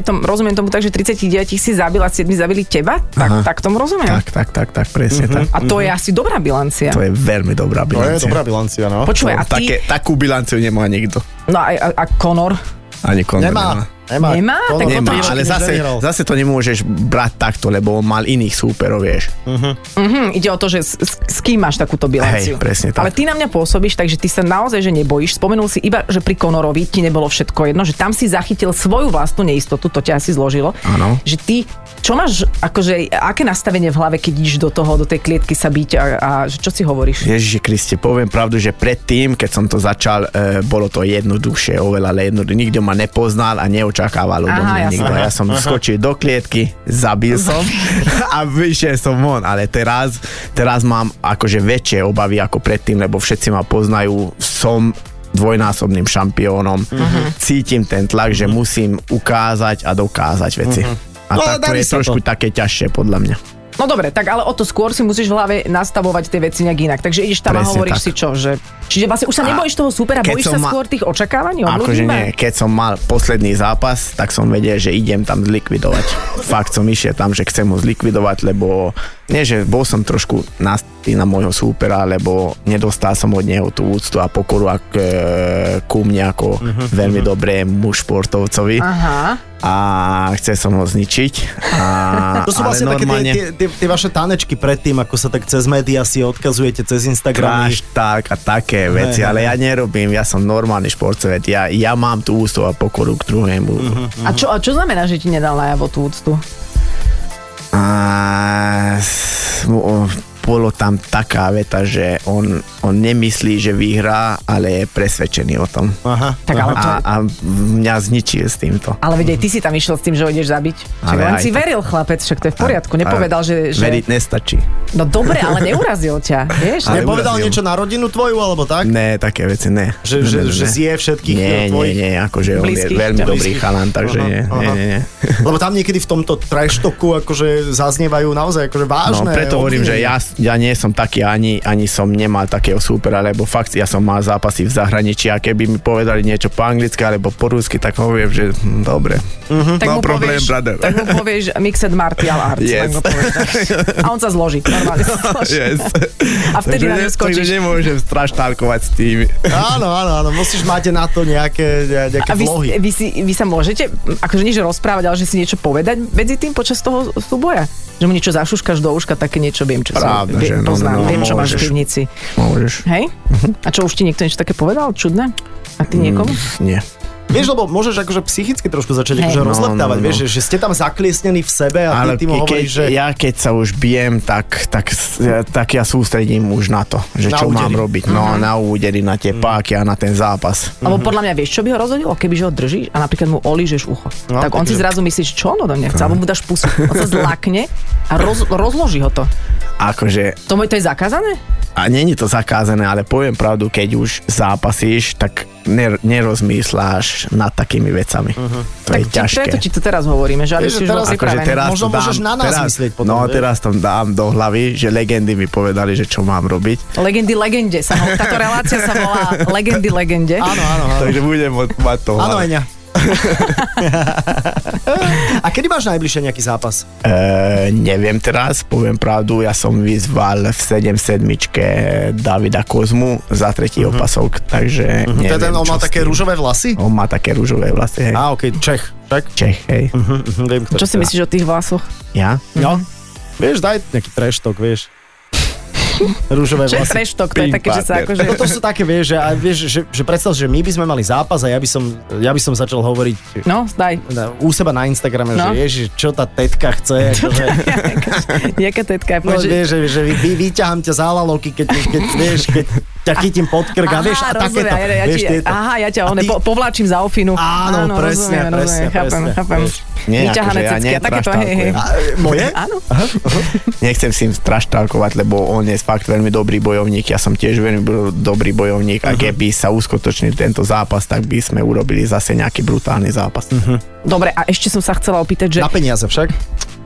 39, tom, rozumiem tomu tak, že 39 si zabil a 7 zabili teba? Tak,
Aha.
tak tomu rozumiem.
Tak, tak, tak, tak, presne tak.
A to je asi dobrá bilancia.
To je veľmi
Mhm.
dobrá
To je
bilancia.
dobrá bilancia, no.
Počúvaj, a ty...
Také, takú bilanciu nemá nikto.
No a, a, a Conor?
Ani Conor
Nemá. Nemá.
Nemá?
To-
Tak
to-
Nemá,
to- to-
ale
to-
zase,
nevyhral.
zase to nemôžeš brať takto, lebo on mal iných súperov, vieš.
Mhm, ide o to, že s, s, s kým máš takúto bilanciu.
Hej, presne tak.
Ale ty na mňa pôsobíš, takže ty sa naozaj že nebojíš. Spomenul si iba, že pri Konorovi ti nebolo všetko jedno, že tam si zachytil svoju vlastnú neistotu, to ťa asi zložilo.
Áno.
Že ty, čo máš, akože, aké nastavenie v hlave, keď ideš do toho, do tej klietky sa byť a, a že čo si hovoríš?
Ježiši Kriste, poviem pravdu, že predtým, keď som to začal, e, bolo to jednoduchšie, oveľa jednoduchšie. Nikto ma nepoznal a neočakával
Aha,
odo mňa
jasné.
nikto. Ja som skočil do klietky, zabil som a vyšiel som von. Ale teraz, teraz mám akože väčšie obavy ako predtým, lebo všetci ma poznajú. Som dvojnásobným šampiónom. Cítim ten tlak, že musím ukázať a dokázať veci. A
No, ale
tak to
darí
je
sa to.
trošku také ťažšie podľa mňa.
No dobre, tak ale o to skôr si musíš v hlave nastavovať tie veci nejak inak. Takže ideš tam a
Presne
hovoríš
tak.
si čo, že... Čiže vlastne už sa
A
nebojíš toho supera,
keď
bojíš
som
sa
ma-
skôr tých očakávaní od ľudí?
Akože nie, keď som mal posledný zápas, tak som vedel, že idem tam zlikvidovať. Fakt som išiel tam, že chcem ho zlikvidovať, lebo nie, že bol som trošku nastý na môjho súpera, lebo nedostal som od neho tú úctu a pokoru ak, e, ku mne ako
Mhm,
veľmi dobrému športovcovi
Aha.
a chcel som ho zničiť. A,
To sú
ale
vlastne také tie,
normálne-
tie, tie, tie vaše tanečky predtým, ako sa tak cez médiá si odkazujete cez Instagramy.
Kráš, tak a také veci,
hej,
ale
hej.
ja nerobím, ja som normálny športovec, ja, ja mám tú ústu a pokoru k druhému.
Mhm.
A čo, a čo znamená, že ti nedal najavo tú úctu?
A, s- o, bolo tam taká veta, že on, on nemyslí, že vyhrá, ale je presvedčený o tom.
Aha.
Tak ale to...
A, a mňa zničil s týmto.
Ale veď aj ty si tam išiel s tým, že ho ideš zabiť. Však
Ale
on
aj
si
tak-
veril, chlapec, však to je v poriadku. Nepovedal, že... že...
Veriť nestačí.
No dobre, ale neurazil ťa, vieš?
Ale-
Nepovedal
urazil.
niečo na rodinu tvoju, alebo tak?
Ne, také veci ne.
Že,
Ne,
že,
ne,
že
ne.
zje všetkých
nie,
tvojich?
Nie, nie, akože on je
Blízkych.
veľmi dobrý
Blízkych.
chalan, takže
Aha,
nie, nie,
aha.
nie, nie.
Lebo tam niekedy v tomto trajštoku akože zaznievajú naozaj akože
No
vážne
preto hovorím, že ja, ja nie som taký, ani, ani som nemal takého súpera, lebo fakt ja som mal zápasy v zahraničí a keby mi povedali niečo po anglicky alebo po rusky, tak poviem, že hm, dobre.
tak mu
no problém,
povieš,
brother.
Tak mu povieš Mixed Martial Arts.
Yes.
tak mu povieš. A on sa zloží. Normálne sa zloží.
Yes.
A vtedy na ňu skočíš.
nemôžem straštálkovať s tými.
Áno, áno, áno, musíš, máte na to nejaké, ne- nejaké
A vy,
vlohy.
vy, si, vy sa môžete, akože nie že rozprávať, ale že si niečo povedať medzi tým počas toho súboja? Že mu niečo zašuškaš do uška, také niečo viem, čo
Pravda,
som,
že no,
poznám,
no, no,
viem, čo máš
môžeš.
v pivnici.
Môžeš.
Hej? A čo, už ti niekto niečo také povedal? Čudné? A
Mm.
ty niekomu?
Nie.
Vieš, lebo môžeš akože psychicky trošku začať
Hej.
akože
No,
rozleptávať,
no, no.
vieš, že, že ste tam zakliesnení v sebe a
Ale
ty, ty mu
ke-
hovoríš, že...
keď, ja keď sa už bijem, tak, tak, s- ja- tak ja sústredím už na to, že
Na
čo
údery.
mám
Mhm.
robiť. No na údery, na tie páky a na ten zápas.
Lebo podľa mňa vieš, čo by ho rozhodilo, kebyže ho držíš a napríklad mu olížeš ucho.
No,
No, tak on si
takže-
zrazu myslíš, čo ono do mňa chce, alebo mu dáš pusu. On sa zlakne a roz, rozloží ho to.
Akože
To, mo- to je zakázané?
a není to zakázané, ale poviem pravdu, keď už zápasíš, tak ner- nerozmýšľaš nad takými vecami. Uh-huh. To
tak
je
ti,
ťažké.
preto ti to teraz hovoríme, že aby
Vieš,
si
že
už bol
teraz-
akože
pripravený.
teraz
Možno
to dám,
môžeš na nás
teraz,
myslieť potom,
No,
vieš?
teraz to dám do hlavy, že legendy mi povedali, že čo mám robiť.
Legendy legende. Sa ho, táto relácia sa volá Legendy legende.
Áno, áno, áno.
Takže budem od- mať to v
Áno,
hlave.
Eňa. a kedy máš najbližšie nejaký zápas?
E, neviem teraz, poviem pravdu, ja som vyzval v 7 sedmičke Davida Kozmu za tretí
Mhm.
uh-huh. opasok, takže uh-huh. neviem,
Neviem, Mhm. ten, on
čo
má
s
také
tým.
rúžové vlasy?
On má také rúžové vlasy, hej.
Á, okej, Čech. Čech?
Čech, hej.
Mhm, mhm, viem, ktorý.
Čo si myslíš o tých vlasoch?
Ja?
No. Vieš, daj nejaký treštok, vieš. Rúžové
Čo je
vlasy.
treštok? To je také, že sa
partner.
akože...
To sú také, vieš, že, a vieš že, že predstav, že my by sme mali zápas a ja by som, ja by som začal hovoriť
No, daj.
na- u seba na Instagrame, no.
No.
že ježiš, čo tá tetka chce, akože,
Nejaká tetka.
no,
povedz, že-
vieš, že, že vy, vy, vyťahám ťa za laloky, keď, keď, vieš, keď ťa chytím pod krk a
Aha,
vieš, a
rozumiem,
takéto,
ja, ja,
vieš,
ti,
tieto.
Aha, ja ťa
A
one,
ty-
po, povláčim za ofinu.
Áno, presne,
rozumiem,
presne,
rozumiem, chápem,
presne,
chápem.
vieš.
Nie,
Vyťahané
akože ja
cecky a takéto, hej, hej.
netraštálkujem.
A, e, moje?
Áno,
Nechcem si im straštálkovať, lebo on je fakt veľmi dobrý bojovník, ja som tiež veľmi bro- dobrý bojovník a keby sa uskutočnil tento zápas, tak by sme urobili zase nejaký brutálny zápas.
dobre, a ešte som sa chcela opýtať, že
Na peniaze však.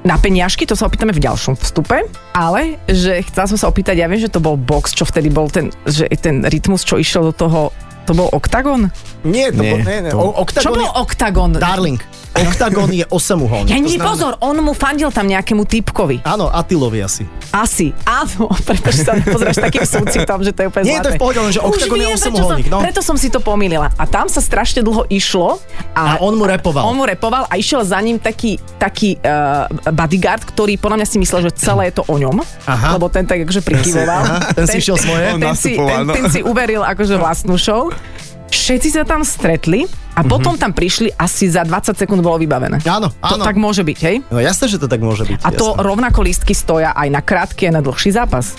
na peniažky, to sa opýtame v ďalšom vstupe, ale že chcela som sa opýtať, ja viem, že to bol box, čo vtedy bol ten, že ten rytmus, čo išiel do toho, to bol oktagon?
Nie, to bol,
Nie,
nie, nie.
to-
O,
Čo
Octagon
bol
je,
oktagon?
Darling, Octagon je 8 uholník.
Ja nie,
to znamená-
pozor, on mu fandil tam nejakému typkovi.
Áno, Atilovi asi.
Asi, áno, pretože sa pozeráš takým súcitom, že to je úplne
Nie, to je v
zlaté.
pohode, lenže
Už
Octagon je
viem, prečo
osemholník,
som-
no.
Preto som si to pomýlila. A tam sa strašne dlho išlo.
A on mu repoval.
On mu repoval a išiel za ním taký, taký uh, bodyguard, ktorý podľa mňa si myslel, že celé je to o ňom,
Aha.
lebo ten tak akože prikyvoval.
aha, ten si išiel svoje?
On
Ten si,
nastupoval,
ten,
no.
ten si uveril akože vlastnú show. Všetci sa tam stretli a
Mhm.
potom tam prišli asi za 20 sekúnd bolo vybavené.
Áno,
To
áno.
tak môže byť, hej?
No jasné, že to tak môže byť.
A to
jasné.
rovnako lístky stoja aj na krátky, aj na dlhší zápas.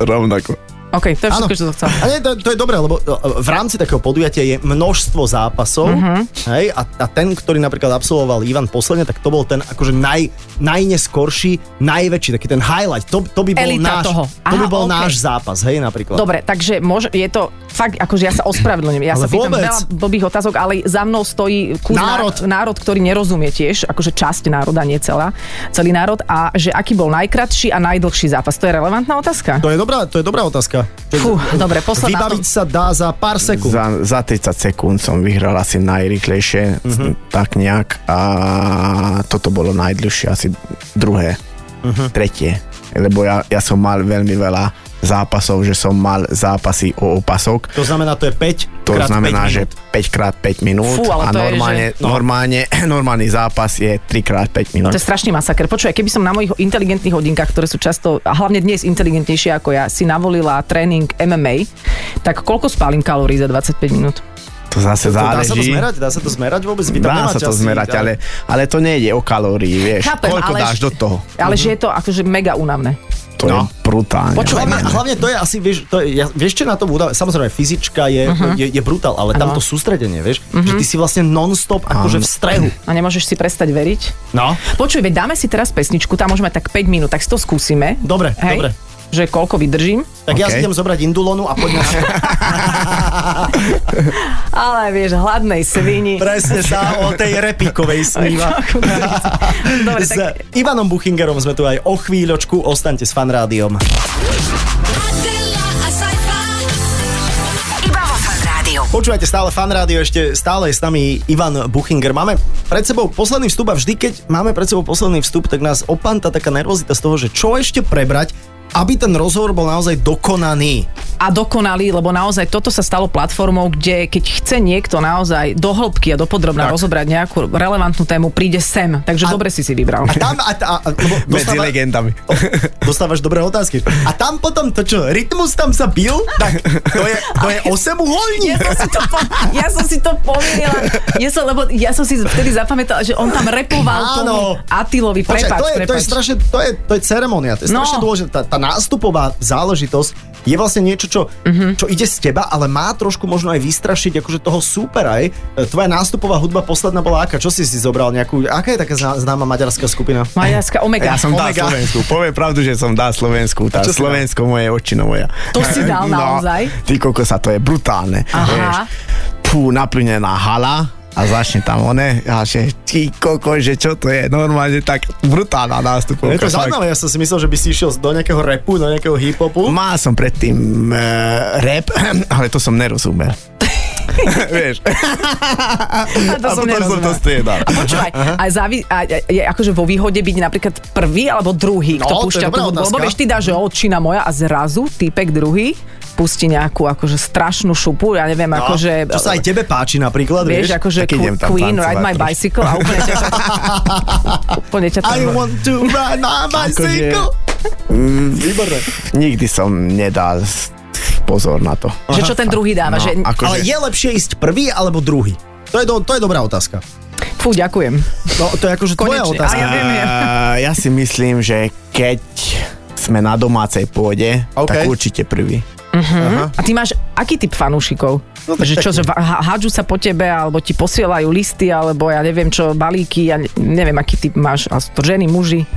Rovnako.
OK, to je
Áno.
všetko, čo som chcela.
A nie, to, to je dobré, lebo e, v rámci takého podujatia je množstvo zápasov,
Mhm.
hej, a, a ten, ktorý napríklad absolvoval Ivan posledne, tak to bol ten akože naj, najneskorší, najväčší, taký ten highlight, to, to by bol,
Elita
náš,
toho.
to by
Aha,
bol
ok.
náš zápas, hej, napríklad.
Dobre, takže môž, je to fakt, akože ja sa ospravedlňujem. Ja
Ale
sa pýtam
vôbec.
veľa blbých otázok, ale za mnou stojí kus
Národ.
Ná, národ, ktorý nerozumie tiež, akože časť národa, nie celá, celý národ. A že aký bol najkratší a najdlhší zápas, to je relevantná otázka?
To je dobrá, to je dobrá otázka.
Fú, dobre, posledná.
Vybaviť sa dá za pár sekúnd.
Za, za 30 sekúnd som vyhral asi najrychlejšie, mm-hmm. tak nejak. A toto bolo najdlhšie, asi druhé, mm-hmm. tretie. Lebo ja, ja som mal veľmi veľa zápasov, že som mal zápasy o opasok.
To znamená, to je 5
To
krát
znamená,
5
že
minút.
5x5 minút
Fú, ale
a
to je,
normálne,
že-
no. normálne, normálny zápas je 3x5 minút.
To je strašný masaker. Počuj, keby som na mojich inteligentných hodinkách, ktoré sú často, a hlavne dnes inteligentnejšie ako ja, si navolila tréning MMA, tak koľko spálim kalórií za 25 minút?
To
To
zase
Dá sa to
záleží.
zmerať? Dá sa to zmerať vôbec? Vy tam
Dá
nemáte
sa to
asi-
zmerať, ale, ale to nejde o kalórii, vieš.
Chápem,
Koľko
ale-
dáš do toho?
Ale že je to akože mega únavné.
to no. je brutálne.
Počúvaj, ma, hlavne to je asi, vieš, to je, ja, vieš čo na tom údave, samozrejme fyzička je, uh-huh. je, je brutál, ale tam
Áno.
to sústredenie, vieš, uh-huh. že ty si vlastne non-stop akože v strehu.
A nemôžeš si prestať veriť?
No,
Počuj, veď dáme si teraz pesničku, tam môžeme tak 5 minút, tak si to skúsime.
dobre,
Hej?
dobre.
Že koľko vydržím.
Tak okay. ja si
OK.
idem zobrať indulonu a poďme na to.
Ale vieš, hladnej svini.
Presne sa o tej repíkovej sníva.
Dobre,
S
tak
Ivanom Buchingerom sme tu aj o chvíľočku, ostaňte s fanrádiom.
Adela a Saifa. Iba vo fan rádiu.
Počúvajte stále fan rádio, ešte stále je s nami Ivan Buchinger. Máme pred sebou posledný vstup a vždy, keď máme pred sebou posledný vstup, tak nás opanta taká nervozita z toho, že čo ešte prebrať, aby ten rozhovor bol naozaj dokonaný.
a dokonalý, lebo naozaj toto sa stalo platformou, kde keď chce niekto naozaj do hĺbky a dopodrobná
Tak.
rozobrať nejakú relevantnú tému, príde sem. Takže
A-
dobre si si vybral.
A tam, a, a, a lebo
Medzi
dostáva,
legendami.
o, dostávaš dobré otázky. A tam potom to čo, rytmus tam sa bil, tak to je, to je 8 uholní.
Ja som si to, po, ja som si to pomýlila. Ja som, lebo ja som si vtedy zapamätala, že on tam repoval tomu
Áno.
Atilovi.
Počkaj,
Prepač,
to je,
prepač.
to je strašne, to je, to je ceremonia, to je
No.
strašne dôležité. Tá, tá nástupová záležitosť je vlastne niečo, čo, mm-hmm.
Mhm.
čo ide z teba, ale má trošku možno aj vystrašiť akože toho súpera. Aj. E, Tvoja nástupová hudba posledná bola aká? Čo si si zobral nejakú, aká je taká zná- známa maďarská skupina?
Maďarská Omega.
Ja som dá
Omega.
Slovensku. Poviem pravdu, že som dá Slovensku. Tá
Čo si dal?
Slovensko moje, očino moja. No,
To si dal naozaj?
Ty koko sa to je brutálne.
Aha.
Pú, naplnená hala a začne tam one a že ty koko, že čo to je normálne tak brutálna nástupovka.
Je to
fakt.
zaujímavé, ja som si myslel, že by si išiel do nejakého repu, do nejakého hip-hopu.
Mal som predtým e, rap, ale to som nerozumel. Vieš.
A to
a
som
potom som to
nerozumela.
striedal.
A počúvaj, a, závi, a, a je akože vo výhode byť napríklad prvý alebo druhý,
No,
kto
to je
púšťa
dobrá
tú hudbu.
otázka.
Lebo vieš, ty dáš, že očina moja a zrazu typek druhý pustí nejakú akože strašnú šupu, ja neviem,
No,
akože...
čo sa aj tebe páči napríklad,
Vieš,
vieš?
akože
tak idem tam
Queen,
tancovať
Ride My
trošku.
Bicycle a úplne ťa to... úplne ťa to...
I want to ride my
Akože-
bicycle. Výborné.
Nikdy som nedal s- pozor na to.
Že čo ten druhý dáva,
No,
že...
akože,
Ale je lepšie ísť prvý alebo druhý? To je, do, to je dobrá otázka.
Fú, ďakujem.
No, to je akože tvoja
Konečne.
otázka.
A ja viem, ja.
Eh, ja si myslím, že keď sme na domácej pôde,
OK.
tak určite prvý.
Mhm. A ty máš aký typ fanúšikov?
No
No,
tak
že čo,
taký.
že há- hádžu sa po tebe, alebo ti posielajú listy, alebo ja neviem čo, balíky, ja ne- neviem, aký typ máš. A sú to ženy, muži,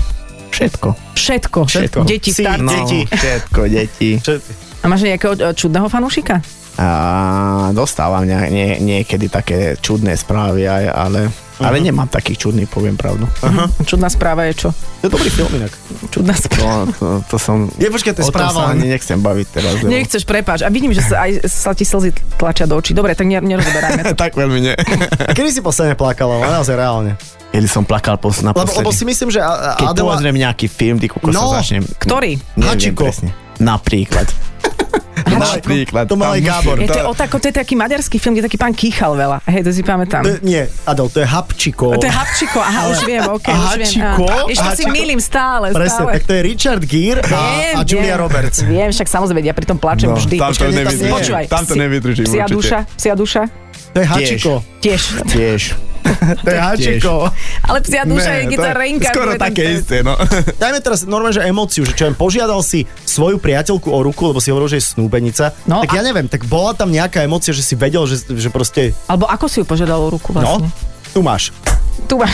Všetko.
všetko.
Všetko.
Deti,
Sí,
starci.
no. Deti.
Všetko, deti.
Čo-
A máš nejakého e, čudného fanúšika?
A dostávam ne, nie, niekedy také čudné správy, aj, ale, ale
Mhm.
nemám takých čudných, poviem pravdu.
Čudná správa je čo?
To je dobrý film inak.
Čudná správa.
To, to, to som...
Je, počkaj, to je
o tom
správa,
sa
len-
ani nechcem baviť teraz.
No,
lebo-
Nechceš, prepáč. A vidím, že sa, aj sa ti slzy tlačia do očí. Dobre, tak ner- nerozoberajme
No,
to.
tak veľmi nie.
Kedy si posledne plakala, ale naozaj reálne.
Kedy som plakal pos na
Lebo, lebo si myslím, že a-
Keď
a- Adela...
pozriem nejaký film, ty kokos
No,
sa začnem...
Ktorý?
Neviem
Hačiko.
presne. Napríklad. Napríklad.
To mal aj
Tam
Gábor.
musím-
Je to, o tako, to je taký maďarský film, kde taký pán kýchal veľa. Hej, to si pamätám.
To je- Nie, Adel, to je Habčiko.
To je Habčiko, aha, už viem, ok,
Aha,
už viem.
Čiko,
áno. Vieš, to
aha,
si
Čiko.
milím stále,
Presne,
stále.
tak to je Richard Gere a, a Julia Roberts.
Viem, však samozrejme, ja pri tom plačem
No,
vždy.
tam to
Počkaj, nie, tam
nevydržím.
nie.
Počúvaj,
tam to
psi-
nevydržím
Psia
určite.
duša, psia duša,
To je Hačiko.
tiež.
Tiež.
To je Hačiko.
Ale psia duša je
Ne, to je
gitarenka.
Skoro
to je ten-
také
to je-
isté, no.
Dajme teraz normálne, že emóciu, že čo viem, požiadal si svoju priateľku o ruku, lebo si hovoril, že je snúbenica.
No
tak
a-
ja neviem, tak bola tam nejaká emócia, že si vedel, že, že proste,
Alebo ako si ju požiadal o ruku
no,
vlastne?
tu máš.
Tu ma...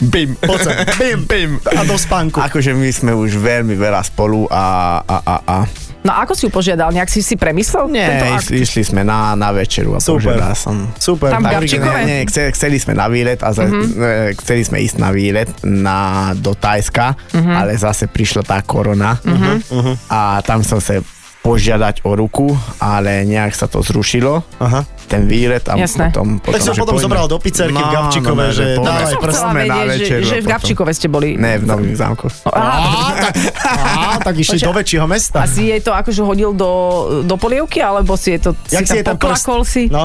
Bim.
Poď sem.
Bim, bim.
A do spánku.
Akože my sme už veľmi veľa spolu a... a, a, a.
No a ako si ju požiadal? Nejak si si premyslel? tento
Nie,
akt?
išli, išli sme na, na večeru a Hm.
Super.
požiadal som.
Super.
Tam
Tak,
Gabčík Gabčíkové? Mhm.
Nie, nie, chceli, chceli sme na výlet a za, uh-huh. chceli sme ísť na výlet na, do Tajska,
Mhm.
uh-huh. ale zase prišla tá korona
Mhm.
uh-huh. a tam som sa požiadať o ruku, ale nejak sa to zrušilo,
Aha.
ten výlet a
Jasné. No,
potom... potom
Tak som
že
potom
poďme- No,
zobral do pizzerky v Gabčíkove, že
poďme-
dávaj,
Som
Proste
chcela
poďme na
vedieť, že, že
večeru a
v No,
potom-
Gabčíkove ste boli.
Ne, v Nových zámkoch.
Á,
Á, tak, á, tak išli
Počkaj.
do väčšieho mesta.
a si jej to akože hodil do, do polievky, alebo si je to...
Jak si
si
je tam
tam poklakol si?
No,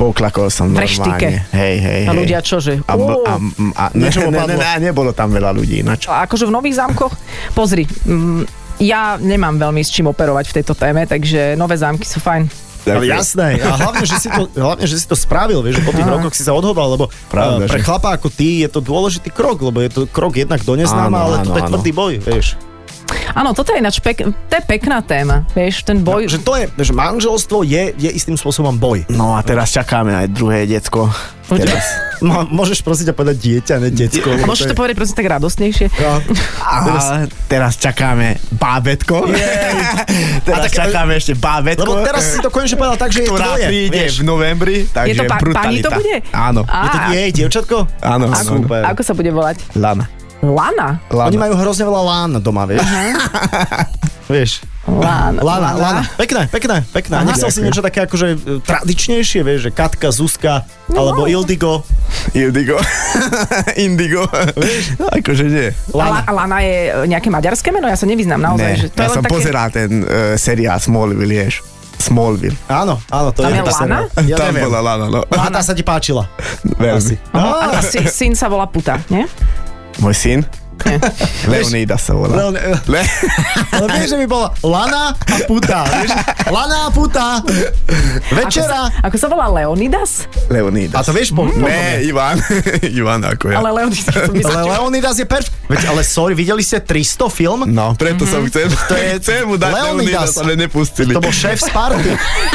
Poklakol
V
som normálne.
reštike.
Hej, hej,
A
hej.
ľudia čože?
A, bl- a, a ne,
Niečo mu
ne,
padlo.
ne, ne, nebolo tam veľa ľudí, na čo?
A akože v nových zámkoch, pozri, mm, ja nemám veľmi s čím operovať v tejto téme, takže nové zámky sú fajn.
ale jasné. A hlavne, že si to, hlavne, že si to spravil, vieš, že po tých
Áno.
rokoch si sa odhodlal, lebo
Pravda,
eh, pre
že?
chlapa ako ty je to dôležitý krok, lebo je to krok jednak do neznáma,
Áno,
ale
áno,
to je
áno.
tvrdý boj, vieš.
Áno, toto je ináč pek, to je pekná téma. Vieš, ten
No,
boj...
že to je, že manželstvo je, je istým spôsobom boj.
No a teraz čakáme aj druhé decko. Teraz.
Má- môžeš prosím ťa povedať dieťa, ne detsko.
A môžeš to povedať prosím tak radostnejšie.
No, A teraz čakáme bábetko.
A
teraz
tak-
čakáme ešte bábetko.
Lebo teraz si to konečne povedal tak, že je to
ktorá
tvoje.
príde
vieš.
v novembri, takže
Je to pa- pani to
brutalita.
bude?
Áno.
Á.
Je to jej dievčatko?
Áno, áno.
Ako-
áno.
Super.
Ako sa bude volať?
Lana.
Lana.
Lana.
Oni majú hrozne veľa lán doma, vieš. vieš.
Lana.
Lana, Lana. Pekné, pekné, pekné. A nechcel si
Ďakujem.
niečo také akože e, tradičnejšie, vieš, že Katka, Zuzka,
No.
alebo Ildigo.
Indigo. Indigo. No, akože nie.
Lana. A Lana je e, nejaké maďarské meno? Ja sa nevyznám naozaj.
Ne,
že to
ja
je len
som
také...
pozeral ten uh, seriál Smallville, vieš. Smallville.
Áno, áno, to
Tam
je
je
tá
Lana?
séria. Ja
Tam
neviem.
bola Lana, no.
A tá sa ti páčila.
Veľmi.
Aha, No, a si, syn sa volá Puta, nie?
Môj syn? Leonida sa volá.
Len- e,
Le-
Ale vieš, že by bola Lana a Puta. Vieš? Lana a Puta. Večera.
Ako sa volá Leonidas?
A
Leonidas.
to vieš, po, po,
Ne, Ivan. Ivan ako ja.
Ale Leonidas to
Hm? ale
by stačilo.
Leonidas je perf... Veď, ale sorry, videli ste 300 film?
No, preto som
Mhm.
chcel, to je, chcel mu dať
Leonidas.
Leonidas, ale nepustili.
To bol šéf z party.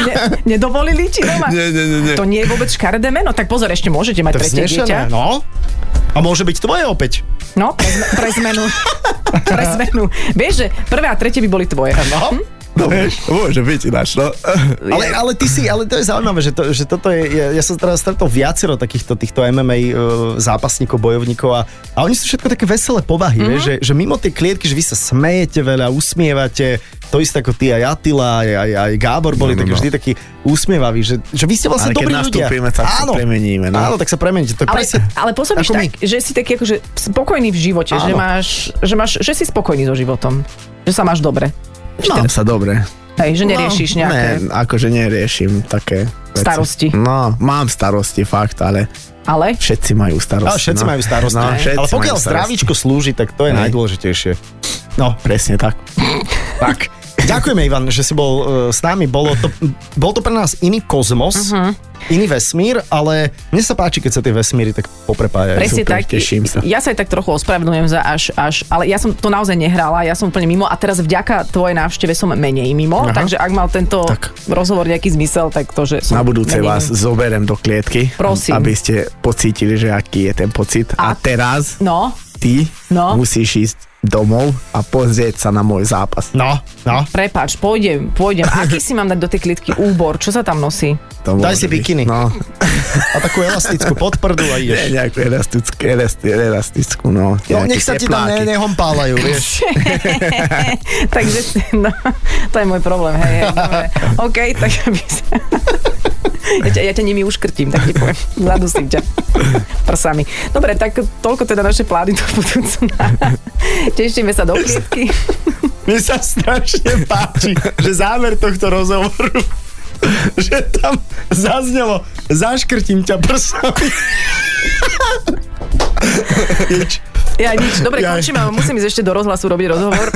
Ne, nedovolili ti doma?
Nie, nie, nie, nie.
To nie je vôbec škaredé meno. Tak pozor, ešte môžete mať
To je
tretie
vznešené,
dieťa.
no. A môže byť tvoje opäť.
No, pre, zme- pre zmenu. pre zmenu. Vieš, že prvé a tretie by boli tvoje.
No.
No, môže byť ináč, no.
Ale, ale ty si, ale to je zaujímavé, že, to, že toto je, ja, ja som teraz stretol viacero takýchto týchto MMA uh, zápasníkov, bojovníkov a, a oni sú všetko také veselé povahy, mm-hmm. vieš,
Mhm.
že, že mimo tej klietky, že vy sa smejete veľa, usmievate, to isté ako ty aj Atila, aj, aj, aj Gábor boli no, no,
No, no,
tak
no.
vždy takí usmievaví, že, že vy ste vlastne
Ale keď
dobrí ľudia.
nastúpime, tak sa premeníme, no.
Áno, tak sa premeníte, to je
Ale,
presne...
ale pôsobíš
Ako my.
tak, že si taký akože spokojný v živote, že
Áno.
máš, že máš, že si spokojný so životom. Že sa máš dobre.
Mám sa dobre.
Hej, že neriešiš nejaké...
Ne, akože neriešim také veci.
Starosti.
No, mám starosti, fakt, ale
Ale?
všetci majú starosti.
Ale všetci
no.
majú starosti.
No, všetci
ale pokiaľ
majú starosti.
zdravíčko slúži, tak to je
Hej.
najdôležitejšie. No,
Presne tak. tak.
Ďakujeme, Ivan, že si bol e, s nami. Bolo to, bol to pre nás iný kozmos,
Mhm.
uh-huh. iný vesmír, ale mne sa páči, keď sa tie vesmíry tak poprepájajú.
Presne
Super,
tak.
teším sa.
Ja sa aj tak trochu ospravedlňujem za až, až, ale ja som to naozaj nehrala, ja som úplne mimo a teraz vďaka tvojej návšteve som menej mimo, Aha.
Aha.
takže ak mal tento tak.
Tak.
rozhovor nejaký zmysel, tak to, že som
Na budúce
menej
vás
mimo.
zoberem do klietky,
Prosím.
aby ste pocítili, že aký je ten pocit.
A-
A, teraz
No,
ty
No.
musíš ísť domov a pozrieť sa na môj zápas.
No, no.
prepáč, pôjdem, pôjdem. Aký si mám dať do tej klitky úbor? Čo sa tam nosí?
To
Daj
môže
si
byť.
bikini.
No,
A takú elastickú podprdu a
nie,
ideš.
nejakú elastickú, elastickú, elastickú no.
No,
nejaké
nech sa ti tam ne,
tepláky.
nehompálajú, vieš.
Takže, no, to je môj problém, hej, hej dobre. OK, tak aby sa... Ja ťa, ja ťa nimi uškrtím, tak ti poviem. Zadusím ťa prsami. Dobre, tak toľko teda naše plány do budúcna. Tešíme sa do klietky.
Mne sa strašne páči, že záver tohto rozhovoru že tam zaznelo zaškrtím ťa prsami. Nič.
Ja nič. Dobre,
Jaj.
končíme, ale musím ísť ešte do rozhlasu robiť rozhovor.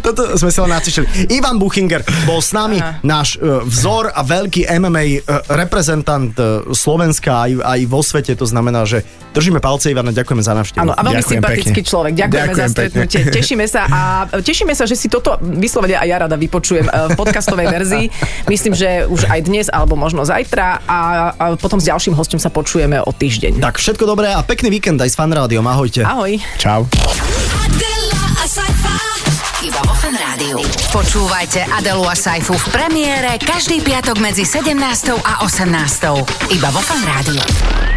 Toto sme sa len nacišili. Ivan Buchinger bol s nami,
Aha.
náš e, vzor a veľký MMA e, reprezentant e, Slovenska aj, aj vo svete. To znamená, že držíme palce, Ivana, ďakujeme za návštevu.
Áno, a veľmi
Ďakujem
sympatický
pekne.
človek. Ďakujeme za
Ďakujem pekne.
stretnutie. Tešíme sa a tešíme sa, že si toto vyslovene aj ja rada vypočujem eh, v podcastovej verzii. Myslím, že už aj dnes alebo možno zajtra a, a potom s ďalším hostom sa počujeme o týždeň.
Tak všetko dobré a pekný víkend aj s fanrádiom. Ahojte.
Ahoj.
Čau.
Adela a Saifa iba vo Fan Rádiu. Počúvajte Adelu a Saifu v premiére každý piatok medzi 17. a 18. iba vo Fan Rádiu.